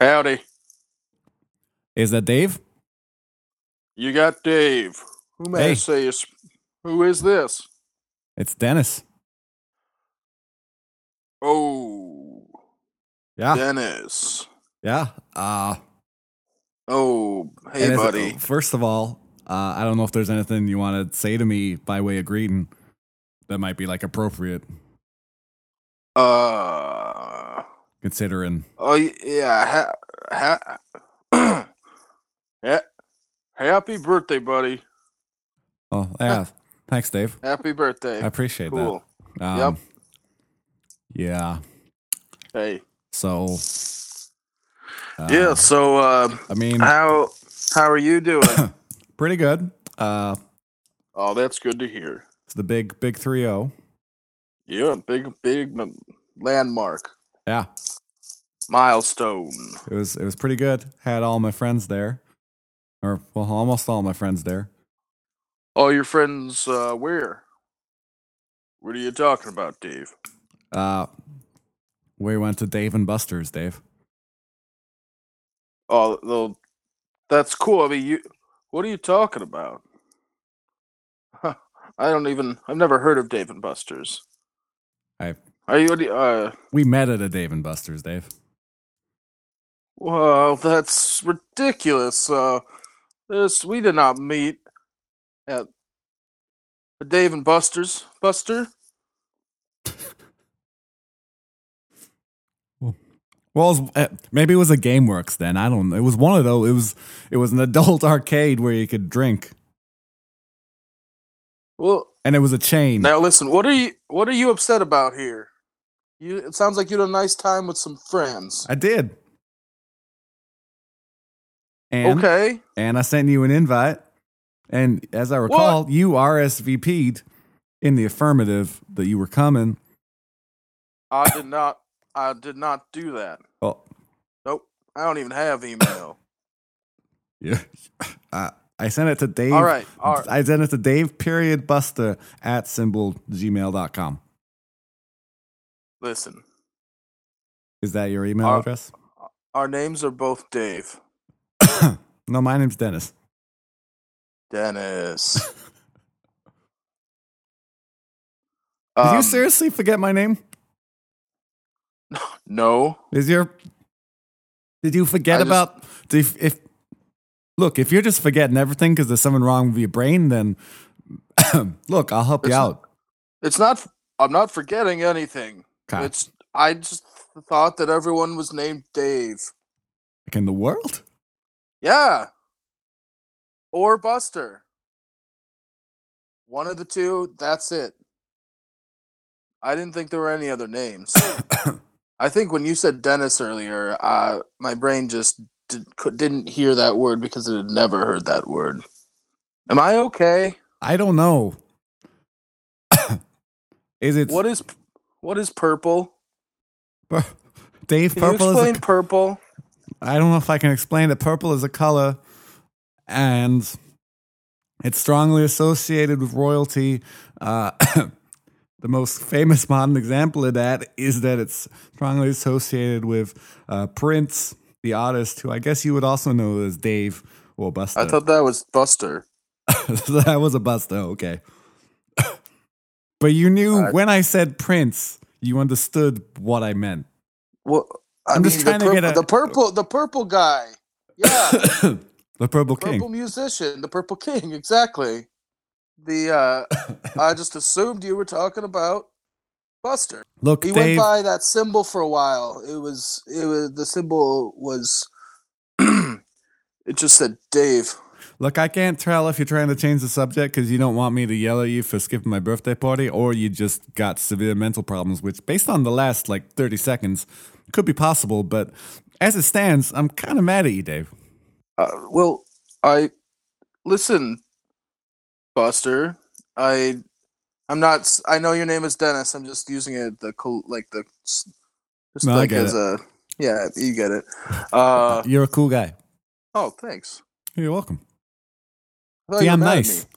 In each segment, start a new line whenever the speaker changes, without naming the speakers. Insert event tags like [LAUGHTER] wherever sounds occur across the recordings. Howdy.
Is that Dave?
You got Dave. Who may I
Hey.
say is who is this?
It's Dennis.
Oh,
Yeah.
Dennis.
Yeah. Uh,
Oh, hey,
Dennis,
buddy.
uh, First of all, uh, I don't know if there's anything you want to say to me by way of greeting that might be like appropriate Oh.
Uh,
considering.
oh y- yeah. Ha, [CLEARS THROAT] ha, ha, happy birthday, buddy.
Oh, yeah. Thanks, Dave.
Happy birthday.
I appreciate
cool.
that. Um,
Yep.
Yeah.
Hey.
So. uh,
yeah. So, uh,
I mean,
how how are you doing?
[COUGHS] pretty good. Uh,
oh, that's good to hear.
it's the big, big oh. 3 0.
Yeah, big big m- landmark
Yeah.
milestone.
It was, it was pretty good. Had all my friends there, or, well, almost all my friends there.
All your friends, uh, where? What are you talking about, Dave?
Uh, we went to Dave and Buster's, Dave.
Oh, well, that's cool. I mean, you. What are you talking about? Huh, I don't even. I've never heard of Dave and Buster's.
I-
Are you? any- Uh.
We met at a Dave and Buster's, Dave.
Well, that's ridiculous. Uh, this we did not meet at a Dave and Buster's. Buster.
Well, it was- eh, maybe it was a GameWorks then. I don't know. It was one of those. It was it was an adult [LAUGHS] arcade where you could drink,
Well,
and it was a chain.
Now listen, what are you what are you upset about here? You it sounds like you had a nice time with some friends.
I did. And
okay.
and I sent you an invite, and as I recall, you RSVP'd in the affirmative that you were coming.
I did not I did not do that.
Oh,
I don't even have email.
yeah. [LAUGHS] I I sent it to [LAUGHS] Dave.
all right. All right.
I sent it to Dave period Buster at symbol gmail.com.
Listen.
Is that your email
Our-
address?
Our names are both Dave.
[COUGHS] no, my name's Dennis.
Dennis.
Did [LAUGHS] you
Um,
seriously forget my name?
No.
Is your Did you forget
I just-
about do you- if Look, if you're just forgetting everything cuz there's something wrong with your brain then [COUGHS] look, I'll help you
It's-
out.
It's not I'm not forgetting anything.
Okay.
It's I just thought that everyone was named Dave.
Like in the world?
Yeah. Or Buster. One of the two, that's it. I didn't think there were any other names. I think when you said Dennis earlier, uh, my brain just did, could, didn't hear that word because it had never heard that word. Am I okay?
I don't know. [COUGHS] is it
What is what is purple?
pur- Dave
Can
purple
you
is a
explain purple?
I don't know if I can explain it. Purple is a color, and it's strongly associated with royalty. Uh, [COUGHS] the most famous modern example of that is that it's strongly associated with uh, Prince, the artist, who I guess you would also know as Dave or Buster.
I thought that was Buster.
[LAUGHS] that was a Buster. Okay, [COUGHS] but you knew
Uh,
when I said Prince, you understood what I meant. [COUGHS]
Well, I
I'm just
mean,
trying
the
to get
purple-
a-
the purple, the purple guy. Yeah.
the Purple King.
Purple musician, the Purple King, exactly. The
[LAUGHS]
uh I just assumed you were talking about Buster.
Look,
He went
Dave.
by that symbol for a while. It was it was the symbol was [CLEARS THROAT] it just said Dave.
Look, I can't tell if you're trying to change the subject because you don't want me to yell at you for skipping my birthday party, or you just got severe mental problems, which, based on the last like 30 seconds, could be possible. But as it stands, I'm kind of mad at you, Dave.
Uh, well, I listen, Buster. I I'm not. s- I know your name is Dennis. I'm just using it the col- like the s- just
No, I
like
get
as
it.
a yeah. You get it.
[LAUGHS]
Uh,
you're a cool guy.
oh, thanks.
You're welcome.
I thought
See,
you were
I'm
mad at
nice.
me.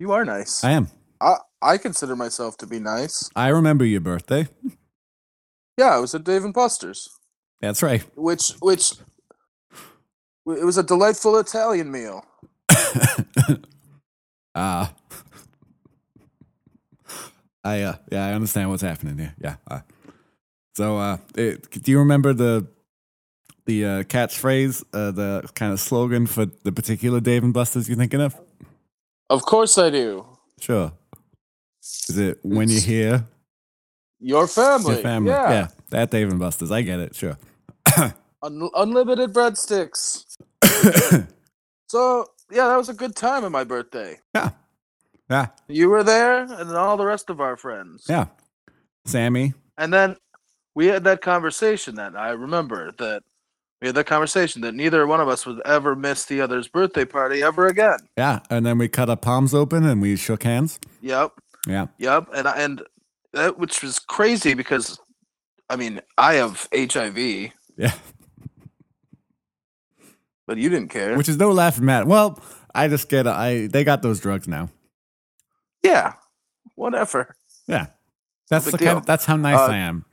You are nice.
I
I,
am.
I consider myself to be nice.
I remember your birthday.
Yeah, I was at Dave and Buster's.
That's right.
which which it was a delightful Italian meal.
[COUGHS] Uh, I uh, yeah, I understand what's happening here. Yeah. Uh, so, uh, it, do you remember the the uh, catchphrase, uh, the kind of slogan for the particular Dave and Buster's you're thinking of?
Of course I do.
Sure. Is it when you hear
Your family,
your family?
yeah,
yeah, that Dave and Buster's. I get it. Sure. [COUGHS]
Un- unlimited breadsticks. So yeah, that was a good time at my birthday.
yeah,
You were there, and all the rest of our friends.
yeah. Sammy.
And then we had that conversation that I remember that we had that conversation that neither one of us would ever miss the other's birthday party ever again.
Yeah, and then we cut our palms open and we shook hands.
Yep.
Yeah.
Yep. And I- and that which was crazy because I mean, I have HIV,
Yeah.
but you didn't care.
Which is no laughing matter. Well, I just get I they got those drugs now.
yeah. Whatever.
Yeah. That's
big
the kind
deal.
that's how nice
Uh,
I am.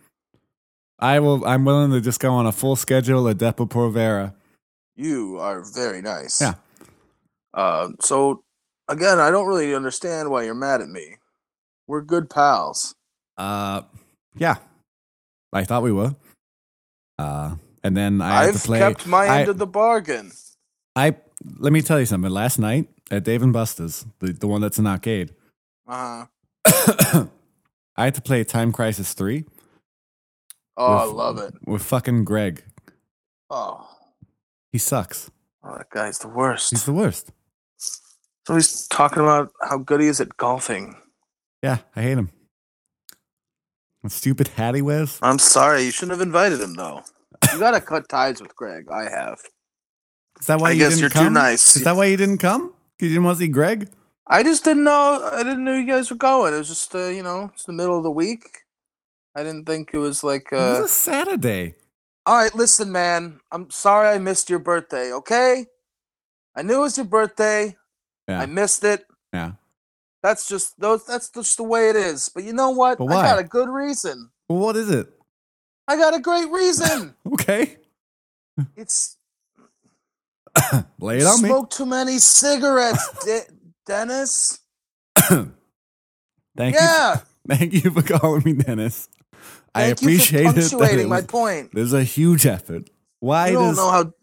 I will I'm willing to just go on a full schedule of Depo-Provera.
You are very nice.
Yeah.
Uh, so again, I don't really understand why you're mad at me. We're good pals.
Uh yeah. I thought we were. Uh and then I had
I've
to play
kept my
I-
end of the bargain.
I let me tell you something. Last night at Dave and Buster's, the, the one that's an arcade, [COUGHS]
Uh-huh.
I had to play Time Crisis 3
Oh, I
With-
love it.
with fucking Greg.
Oh,
He sucks.
oh that guy's the worst.
He's the worst.
so he's talking about how good he is at golfing.
Yeah, I hate him. That stupid hat he wears.
I'm sorry, you shouldn't have invited him though. You gotta cut ties with Greg. I have.
Is that why
I
you
guess
didn't
you're too
come?
nice.
Is that why you didn't come? Because you didn't want to see Greg?
I just didn't know. I didn't know you guys were going. It was just, uh, you know, it's the middle of the week. I didn't think it was like.
It was
Uh...
a Saturday.
All right, listen, man. I'm sorry I missed your birthday. Okay, I knew it was your birthday.
Yeah.
I missed it.
Yeah.
That's just those. That's just the way it is. But you know what?
But
I
why?
got a good reason.
Well, what is it?
I got a great
[LAUGHS]
reason.
Okay.
it's
Lay it
you
on
smoke too many cigarettes, [LAUGHS] De- Dennis.
me. Thank you.
yeah.
[LAUGHS] Thank you for calling me Dennis. I
Thank
appreciate
you for
it. that
punctuating
it
my
was-
point.
There's a huge effort. Why
I you don't
does
know how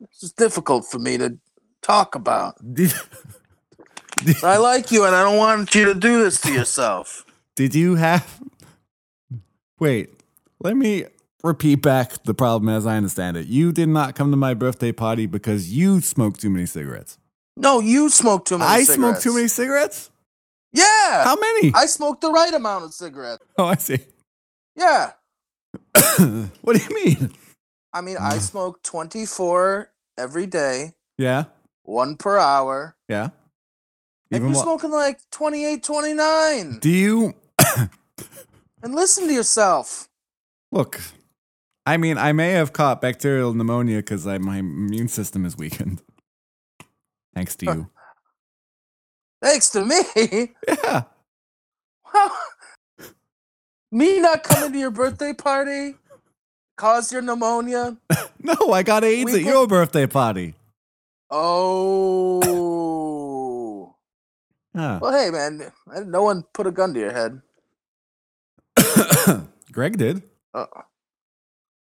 it's just difficult for me to talk about.
did,
I like you, and I don't want you to do this to yourself.
did you have Wait, let me repeat back the problem as I understand it. You did not come to my birthday party because you smoked too many cigarettes.
No, you smoke too many.
I smoked too
cigarettes.
many cigarettes?
Yeah,
How many?
I smoked the right amount of cigarettes.
[LAUGHS] oh, I see.
Yeah,
[COUGHS] what do you mean?
I mean, I
[SIGHS] Mm.
smoke twenty four every day,
Yeah,
one per hour.
yeah.
And you're
wha-
smoking like 28, 29.
do you
And listen to yourself.
look? I mean, I may have caught bacterial pneumonia because my immune system is weakened. Thanks
[LAUGHS]
to you.
Thanks to me. [LAUGHS]
yeah.
[LAUGHS] me not coming to your birthday party caused your pneumonia.
No, I got AIDS
We
at
can-
your birthday party.
Oh.
[COUGHS] Yeah.
Well, hey, man. No one put a gun to your head.
Greg did.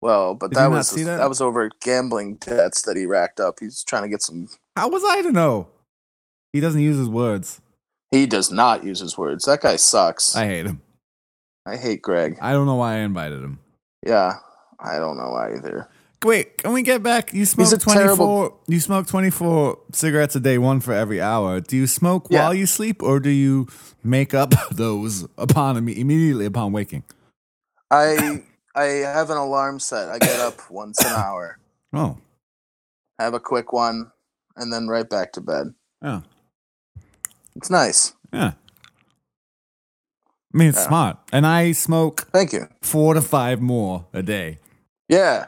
Well, but
Did you
that
not
was
see
that?
that?
was over gambling debts that he racked up. He's trying to get some.
How was I to know? He doesn't use his words.
He does not use his words. That guy sucks. I,
I hate him.
hate Greg.
I don't know why I invited him.
Yeah, I don't know either.
Wait, can we get back? You smoke
a
twenty
terrible-
four. You smoke twenty four cigarettes a day, one for every hour. Do you smoke
Yeah.
while you sleep, or do you make up [LAUGHS] those upon imme- immediately upon waking? [LAUGHS]
I I have an alarm set. I get up once an hour,
Oh,
have a quick one, and then right back to bed.
yeah,
It's nice.
yeah. I mean, it's
Yeah.
smart. And I smoke
Thank you.
four to five more a day.
Yeah,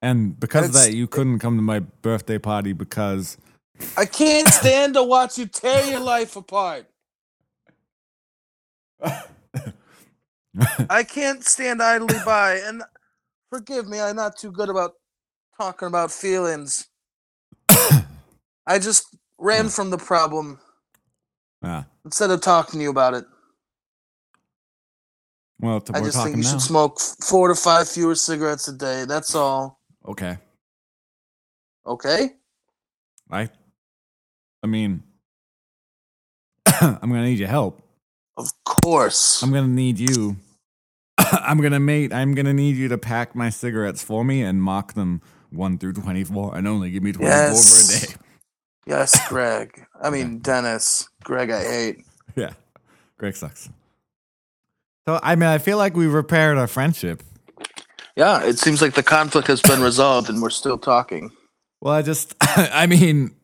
And because of
That's-
that, you couldn't come to my birthday party because
I can't stand to watch you tear your life
[LAUGHS]
apart. I can't stand idly by, and Forgive me, I'm not too good about talking about feelings. I just ran from the problem
Ah,
instead of talking to you about it.
well, t-
I
we're
just think
talking
you
now.
should smoke f- four to five fewer cigarettes a day. That's all.
okay,
Okay?
I, I mean, [COUGHS] I'm gonna need your help.
Of course.
I'm gonna need you. [COUGHS] I'm gonna mate. I'm gonna need you to pack my cigarettes for me and mock them one through twenty-four, and only give me twenty-four
Yes.
for a day. [LAUGHS]
Yes, Greg. I mean, Dennis. Greg, I hate.
Yeah. Greg sucks. So I mean I feel like we repaired our friendship.
Yeah, it seems like the conflict has been resolved and we're still talking.
Well, I just [COUGHS] I mean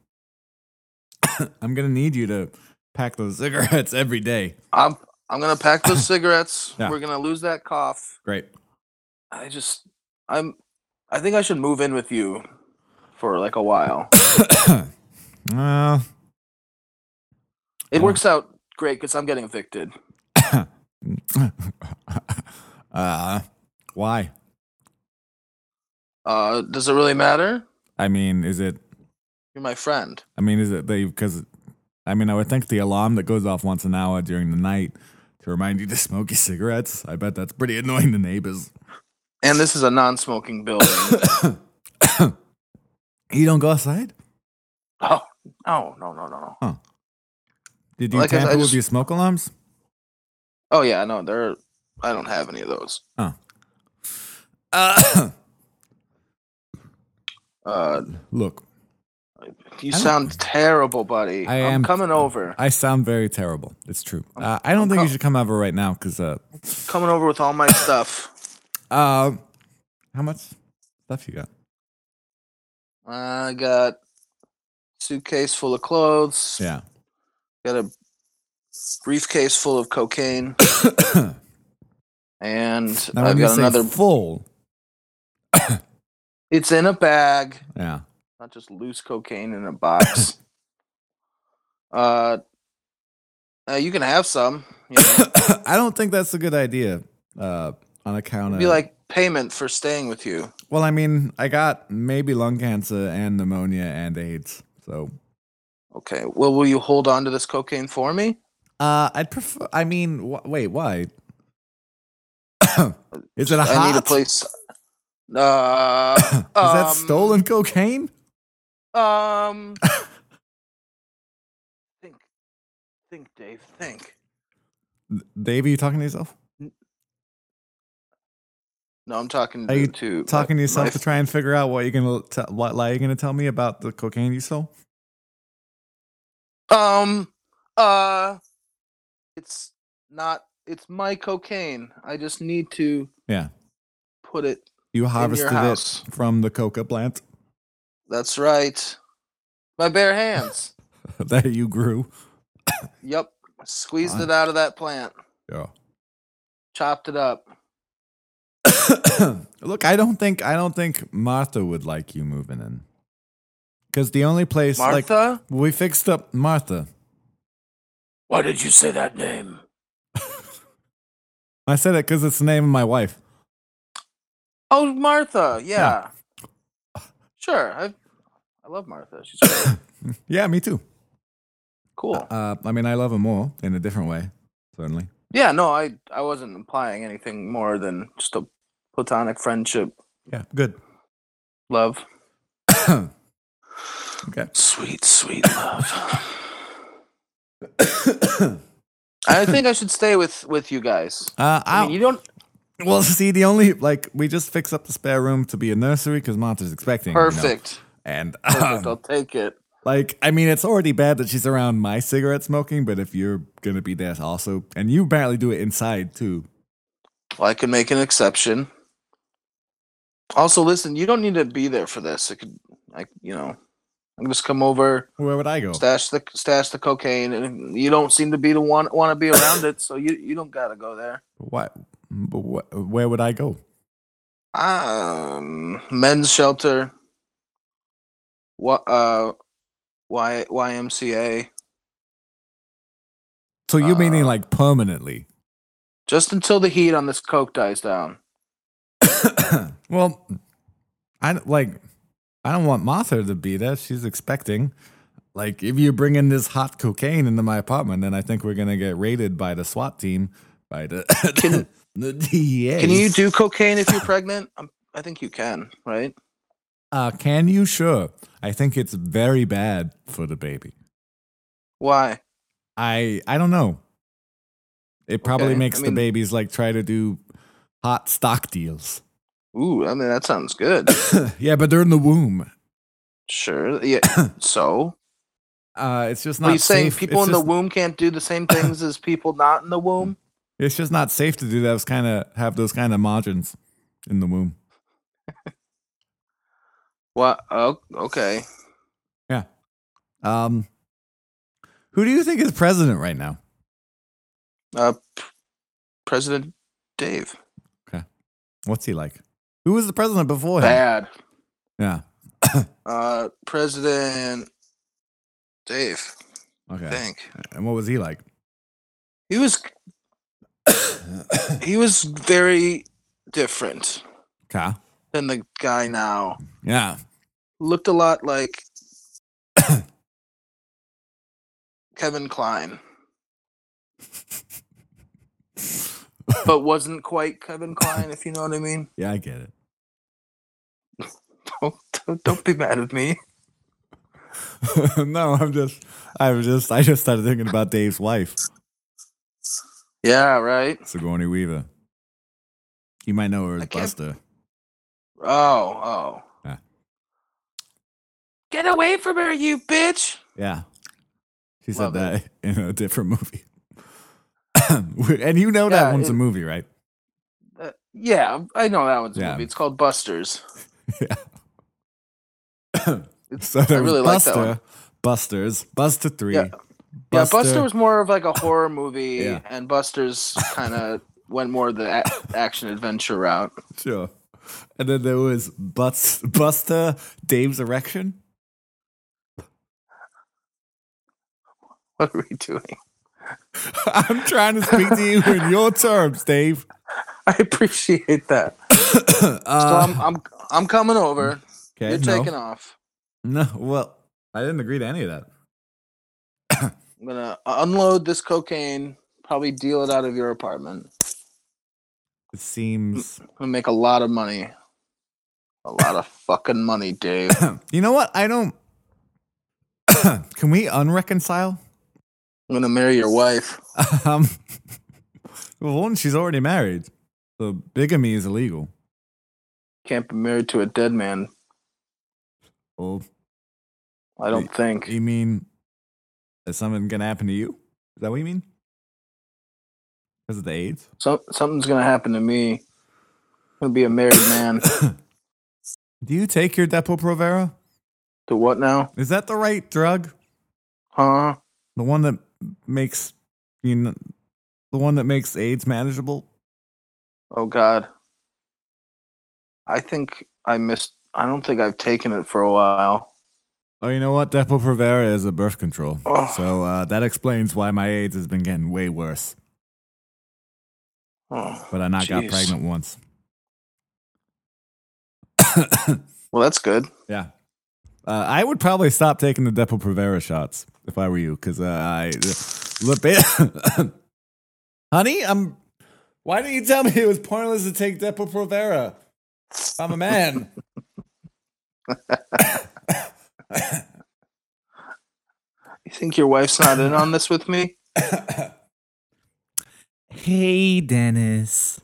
I'm gonna need you to pack those cigarettes every day.
I'm I'm gonna pack those cigarettes.
Yeah.
We're gonna lose that cough.
Great. [COUGHS]
I just I'm I think I should move in with you for like a while.
Uh, [COUGHS]
It works out great because I'm getting evicted.
uh why?
Uh, does it really matter?
I mean, is it
You're my friend.
I mean, is it they because I mean I would think the alarm that goes off once an hour during the night to remind you to smoke your cigarettes. I bet that's pretty annoying to neighbors. [COUGHS]
And this is a non-smoking building.
You don't go outside?
oh no no no no no.
Did you
Like I said, I
tamper with
just-
your smoke alarms? [COUGHS]
Oh yeah, no, there. I don't have any of those.
Uh,
Uh,
look,
you
I don't-
sound terrible, buddy.
I
am
am-
coming over.
I sound very terrible. It's true. Uh, I don't think you should come over right now because uh,
coming over with all my stuff.
uh, how much stuff you got?
I got suitcase full of clothes.
Yeah. [COUGHS]
Got a briefcase full of cocaine, and
[COUGHS] now, when
I've
you
got
say
another.
full.
It's in a bag,
Yeah. [COUGHS]
not just loose cocaine in a box. uh, uh, you can have some. You
[COUGHS]
know.
I don't think that's a good idea. Uh, on account
It'd
of
be like payment for staying with you.
well, I mean, I got maybe lung cancer and pneumonia and AIDS, so
Okay. Well, will you hold on to this cocaine for me?
Uh, I'd prefer. I mean, wh- wait, why? [COUGHS] Is it a
I need a
hot?
place. Uh,
[COUGHS] Is that
um,
stolen cocaine? [LAUGHS]
Um. think, think, Dave. Think.
Dave, are you talking to yourself?
No, I'm talking
Are
to,
you
to uh,
Talking to
my-
yourself
my
to try and figure out what you're gonna t- what lie you're gonna tell me about the cocaine you stole?
Um, uh, it's not. It's my cocaine. I just need to.
Yeah.
Put it.
You harvested it
house.
from the coca plant [LAUGHS]
That's right. My bare hands.
that you grew.
yep. Squeezed
Fine.
it out of that plant.
Yeah. [COUGHS]
Chopped it up.
Look, I don't think I don't think Martha would like you moving in, because the only place
Martha.
like we fixed up Martha.
Why did you say that name?
I said it because it's the name of my wife.
Oh, Martha. Yeah.
Yeah.
Sure. I. I love Martha. She's great.
Yeah, me too.
cool.
Uh, I mean, I love her more in a different way, certainly.
Yeah. No, I. I wasn't implying anything more than just a platonic friendship,
Yeah, good. [COUGHS]
love.
Uh, Okay.
Sweet, sweet love. I think I should stay with with you guys.
Uh,
I mean, you don't
well, see, the only like we just fix up the spare room to be a nursery because Martha's expecting. you know.
perfect.
And
[LAUGHS] Perfect. I'll take it.
[LAUGHS] like, I mean, it's already bad that she's around my cigarette smoking, but if you're gonna be there also, and you apparently do it inside too.
Well, I can make an exception. Also, listen, you don't need to be there for this. I could, I you know, I can just come over,
Where would I go?
stash the stash the cocaine, and you don't seem to be the one want to be
[LAUGHS]
around it, so you you don't gotta go there.
What? But wh- where would I go?
Um, men's shelter. What? Uh, y YMCA.
So you
Uh,
meaning like permanently?
Just until the heat on this coke dies down.
[COUGHS] well, I don't- like. I don't want Martha to be there. She's expecting. Like, if you bring in this hot cocaine into my apartment, then I think we're gonna get raided by the SWAT team, by the [COUGHS]
Can-
the DEA.
Can you do cocaine if you're pregnant? i I think you can, right?
Uh, can you? Sure. I think it's very bad for the baby.
Why?
I I don't know. It probably
Okay, I
makes the
mean-
babies like try to do hot stock deals. [COUGHS]
Ooh, I mean that sounds good.
yeah, but they're in the womb.
Sure.
[COUGHS]
Yeah. So,
Uh, it's just not
are you saying
safe.
people
it's
in the
just-
womb can't do the same things as people not in the womb?
[COUGHS] It's just not safe to do those kind of have those kind of margins in the womb.
What? Oh, okay.
Um, who do you think is president right now?
Uh, p- President Dave.
What's he like? Who was the president before him?
Bad.
Yeah.
Uh, President Dave. I
Okay.
think
And what was he like? [COUGHS]
he was he was very different
Okay.
than the guy now.
Yeah.
Looked a lot like Kevin Klein, but wasn't quite Kevin Klein, if you know what I mean. [LAUGHS]
Yeah, I get it.
Don't, don't, don't be mad at me.
[LAUGHS] no, I'm just, I'm just, I just started thinking about Dave's wife,
Yeah, right.
Sigourney Weaver. You might know
I
her as
can't-
Buster.
Oh, oh.
Yeah.
Get away from her, you bitch!
Yeah. She
Love
said that [LAUGHS] in a different movie. [COUGHS] and you know
Yeah,
that one's
it-
a movie, right?
Uh, yeah, I know that one's a
Yeah.
movie. It's called Busters.
[LAUGHS] So there was
really like that
Buster,
one.
Busters, Buster 3.
Yeah. Yeah, Buster was more of like
[LAUGHS]
a horror movie,
Yeah.
and Buster's kind of went more the a- action adventure route. [LAUGHS]
Sure. And then there was Bus- Buster, Dave's Erection. [LAUGHS]
What are we doing?
I'm trying to speak to you in your terms, Dave.
I appreciate that. [COUGHS] So
Uh,
I'm, I'm I'm coming over.
okay,
You're
no.
taking off.
No, well, I didn't agree to any of that.
I'm gonna unload this cocaine. Probably deal it out of your apartment.
It seems. [COUGHS]
I'm gonna make a lot of money. A lot of fucking money, Dave.
You know what? I don't. [COUGHS] Can we unreconcile? [LAUGHS]
I'm gonna marry your wife.
Um, [LAUGHS] well, one, she's already married, so bigamy is illegal.
Can't be married to a dead man.
Well,
I don't think.
you mean is something gonna happen to you? Is that what you mean? Because of the AIDS?
So something's gonna happen to me. I'm gonna be a married man.
Do you take your Depo-Provera?
to what now?
Is that the right drug?
Huh?
The one that makes you know, the one that makes AIDS manageable?
Oh God. I think I missed. I don't think I've taken it for a while.
Oh, you know what? Depo-Provera is a birth control.
Oh.
So uh, that explains why my AIDS has been getting way worse.
Oh.
But I not got
Jeez.
pregnant once.
Well, that's good.
Yeah. Uh, I would probably stop taking the Depo-Provera shots if I were you, because uh, I look, ba- [COUGHS] honey, I'm. Why didn't you tell me it was pointless to take Depo-Provera? I'm a man.
You think your wife's not in on this with me?
[LAUGHS] Hey, Dennis.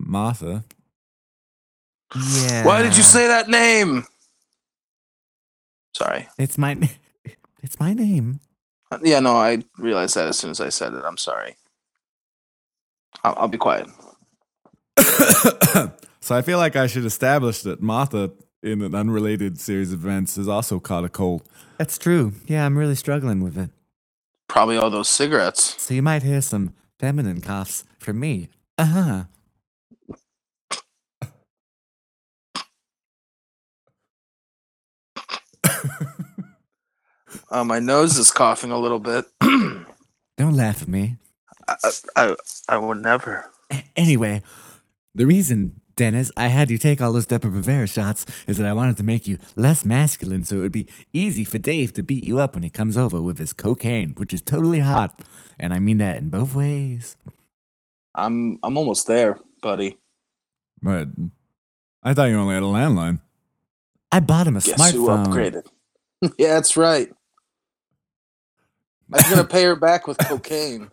Martha,
Yeah.
Why did you say that name? Sorry.
it's my [LAUGHS] it's my name?
Uh, Yeah, no, I realized that as soon as I said it. I'm sorry. I'll, I'll be quiet.
[COUGHS] so I feel like I should establish that Martha, in an unrelated series of events, has also caught a cold.
That's true. Yeah, I'm really struggling with it.
Probably all those cigarettes.
So you might hear some feminine coughs from me. Uh
Uh-huh.
huh.
Uh, my nose is coughing a little bit. [CLEARS THROAT]
Don't laugh at me.
I, I, I would never.
A- anyway, the reason
Dennis, I had you take all those Depo Provera shots is that I wanted to make you less masculine so it would be easy for Dave to beat you up when he comes over with his cocaine, which is totally hot. And I mean that in both ways.
I'm I'm almost there, buddy.
But I thought you only had a landline.
I bought him a
Guess who
smartphone.
upgraded? [LAUGHS] yeah, that's right. I was gonna pay her back with cocaine.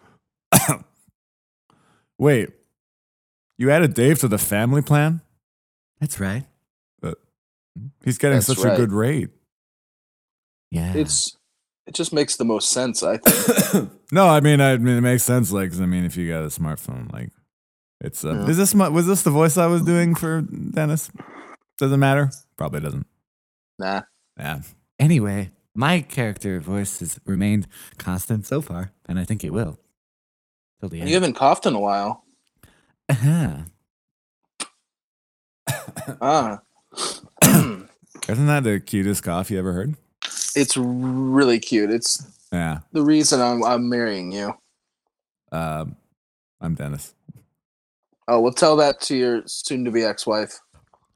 Wait, you added Dave to the family plan? Uh,
That's right.
He's getting
That's
such a
right.
good rate.
[LAUGHS] Yeah.
It's [COUGHS] it just makes the most sense, I think.
no, I mean, I mean, it makes sense. Like, 'cause, I mean, if you got a smartphone, like, it's uh,
Yeah.
is this my, was this the voice I was doing for Dennis? Doesn't matter. Probably doesn't.
Nah.
Yeah.
Anyway, my character voice has remained constant so far, and I think it will. Till the
You
end.
haven't coughed in a while.
Uh-huh. Uh-uh.
Ah.
Isn't that the cutest cough you ever heard?
[CLEARS THROAT] it's really cute. It's
Yeah.
the reason I'm I'm marrying you.
Um, I'm Dennis.
Oh, well tell that to your soon to be ex wife.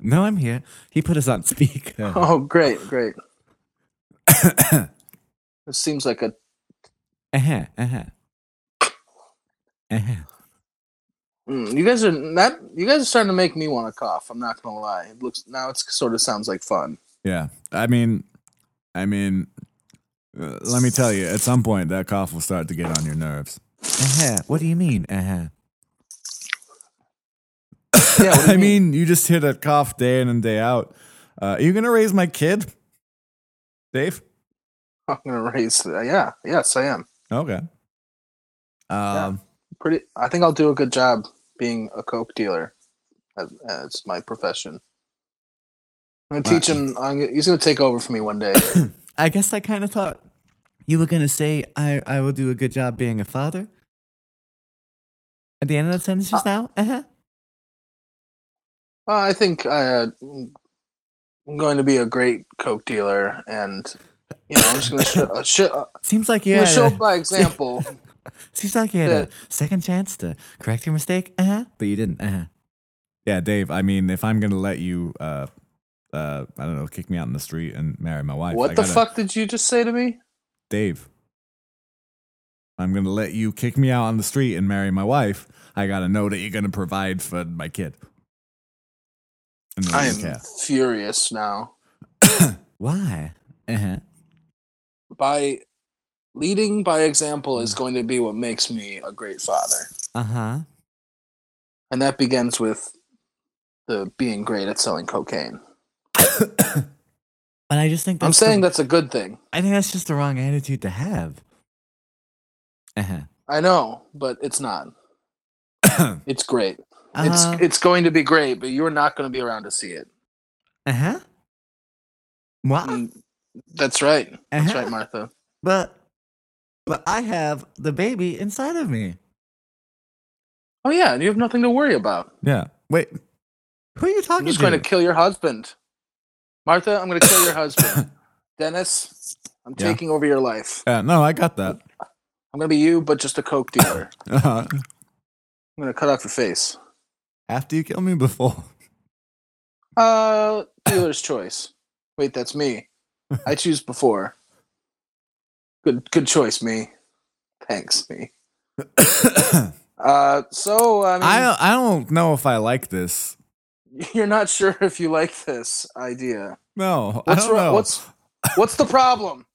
No, I'm here. He put us on speaker.
[LAUGHS] Oh great, great. This seems like a
Uh-huh. Uh-huh. Uh-huh.
Mm, you guys are not. You guys are starting to make me want to cough. I'm not gonna lie. It looks now. It sort of sounds like
[LAUGHS]
fun.
Yeah. I mean, I mean, uh, let me tell you, at some point that cough will start to get on your nerves.
Uh-huh. What do you mean? Uh-huh.
Yeah.
[LAUGHS]
what do you
I mean, you just hit a cough day in and day out. Uh, are you going to raise my kid, Dave?
I'm gonna raise. Yeah. Yes, I am.
Okay. Um,
Um,
Pretty. I think I'll do a good job being a coke dealer. As, as my profession. I'm gonna teach him. I'm, gonna- he's gonna take over for me one
[LAUGHS]
day.
I guess I kind of thought you were going to say I, I will do a good job being a father. At the end of that sentence
Uh,
just now? Uh-huh.
Well, I think uh, I'm going to be a great coke dealer, and you know, I'm just gonna show, uh, show, uh,
Seems like you
I'm gonna
had
show
a,
by example.
seems like you had
Yeah.
a second chance to correct your mistake. Uh-huh. But you didn't. Uh-huh.
yeah, Dave, I mean, if I'm going to let you, uh, uh, I don't know, kick me out in the street and marry my wife.
what
[LAUGHS] I
the
gotta-
fuck did you just say to me?
Dave, I'm going to let you kick me out on the street and marry my wife. I got to know that you're going to provide for my kid. And then
I
you
am [COUGHS]
care.
furious now.
[COUGHS] Why? Uh-huh.
by leading by example is going to be what makes me a great father
Uh-huh. [COUGHS]
and that begins with the being great at selling cocaine
And I just think that's
i'm saying
the,
that's a good thing
I think that's just the wrong attitude to have. Uh-huh.
i know but it's not it's great [COUGHS]
[COUGHS]
it's
Uh-huh.
Uh,
it's going to be great but you're not going to be around to see it
uh-huh. What?
Mm, that's right that's
Uh-huh.
right martha
But but I have the baby inside of me.
oh yeah and you have nothing to worry about
Yeah. Wait.
Who are you
i'm
talking
just
to?
going to kill your husband martha i'm going to kill your husband dennis i'm
Yeah.
taking over your life
Yeah, Uh, no, I got that. [LAUGHS]
i'm going to be you but just a coke dealer
Uh,
i'm going to cut off your face
after you kill me before. [COUGHS]
Uh, dealer's choice. Wait, that's me. I choose before. Good, good choice, me. Thanks, me. Uh, so I mean,
I I don't know if I like this.
you're not sure if you like this idea.
No, I
What's
don't
wrong?
know.
What's what's the problem?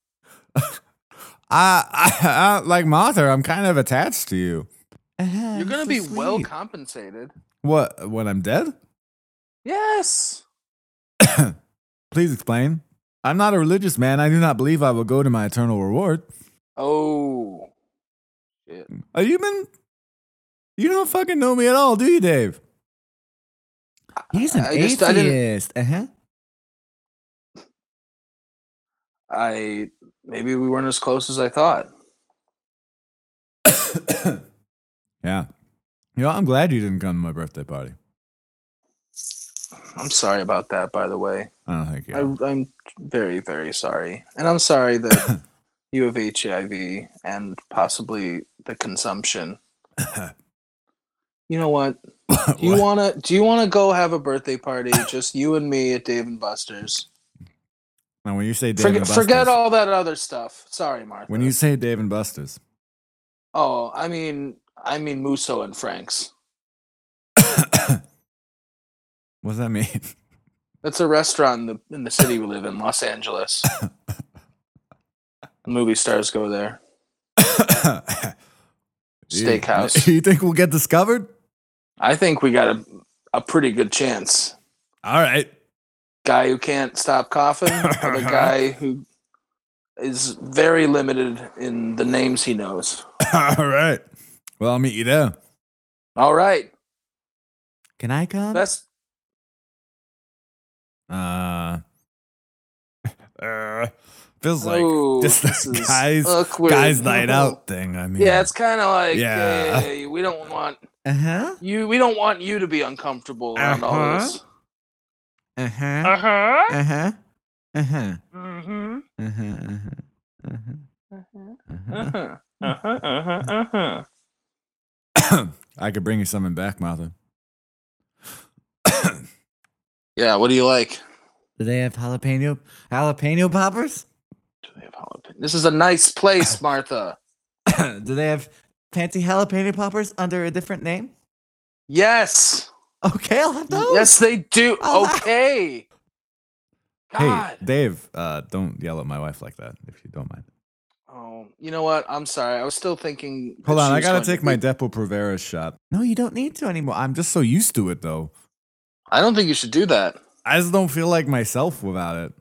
I, I, I like Mother. I'm kind of attached to you.
Uh-huh,
You're
it's
gonna
so
be well
sweet.
compensated.
What? When I'm dead? [COUGHS]
Yes.
Please explain. I'm not a religious man. I do not believe I will go to my eternal reward.
Oh, shit.
Are you been? You don't fucking know me at all, do you, Dave?
He's an
I just- I didn't-
atheist. Uh-huh.
I maybe we weren't as close as I thought.
[COUGHS] Yeah. You know, I'm glad you didn't come to my birthday party.
I'm sorry about that, by the way.
I don't think you.
I, I'm very, very sorry. And I'm sorry
[COUGHS]
that you have HIV
[LAUGHS]
and possibly the consumption. you know what?
[COUGHS]
Do you wanna do you wanna go have a birthday
[LAUGHS]
party? Just you and me at Dave and Buster's.
Now, when you say Dave
Forget,
and Buster's,
forget all that other stuff. Sorry, Mark.
when you say Dave and Buster's, [COUGHS]
Oh, I mean I mean Musso and Frank's.
what does that mean? [COUGHS]
That's a restaurant in the in the city we live in, Los Angeles.
[LAUGHS]
Movie stars go there. Steakhouse.
[LAUGHS] You think we'll get discovered?
I think we got a a pretty good chance.
All right. [COUGHS]
Guy who can't stop
[LAUGHS]
coughing, or the guy who is very limited in the names he knows.
All right. Well, I'll meet you there.
All right,
Can I come?
that's
Uh, [LAUGHS] uh feels like
oh,
[LAUGHS] just
this
the
is
guys,
awkward.
guys night out thing. I mean,
Yeah, it's kind of like
Yeah.
hey, we don't want
Uh
Uh-huh,
huh.
you. We don't want you to be uncomfortable around all
Uh-huh.
this.
Uh
uh-huh.
huh.
huh.
Uh huh. Uh huh.
Mm-hmm.
Uh huh. Uh huh. Uh huh. Uh huh.
Uh-huh.
Uh-huh. Uh-huh. Uh-huh.
Uh-huh.
[COUGHS] I could bring you something back, Martha.
Yeah, what do you like?
[COUGHS] Do they have jalapeno jalapeno poppers? [COUGHS]
Do they have jalapeno- This is a nice
[LAUGHS]
place, Martha.
Do they have fancy jalapeno poppers under a different name?
Yes.
Okay, I'll have those.
Yes, they do.
Oh, wow.
Okay. God.
Hey, Dave, uh, don't yell at my wife like that if you don't mind.
Oh, you know what? I'm sorry. I was still thinking. that
Hold on,
she
I
was
gotta
going to
take my
be-
Depo Provera shot.
No, you don't need to anymore.
I'm just so used to it though.
I don't think you should do that.
I just don't feel like myself without it.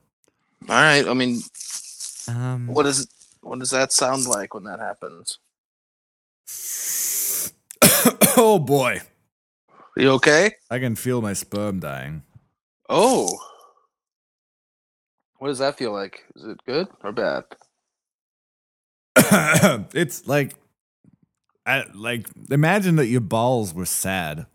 All right. I mean,
Mm.
Um,
what is what does that sound like when that happens?
[COUGHS] oh boy,
Are you okay?
I can feel my sperm dying. [COUGHS]
Oh. What does that feel like? Is it good or bad?
it's like, I, like imagine that your balls were sad.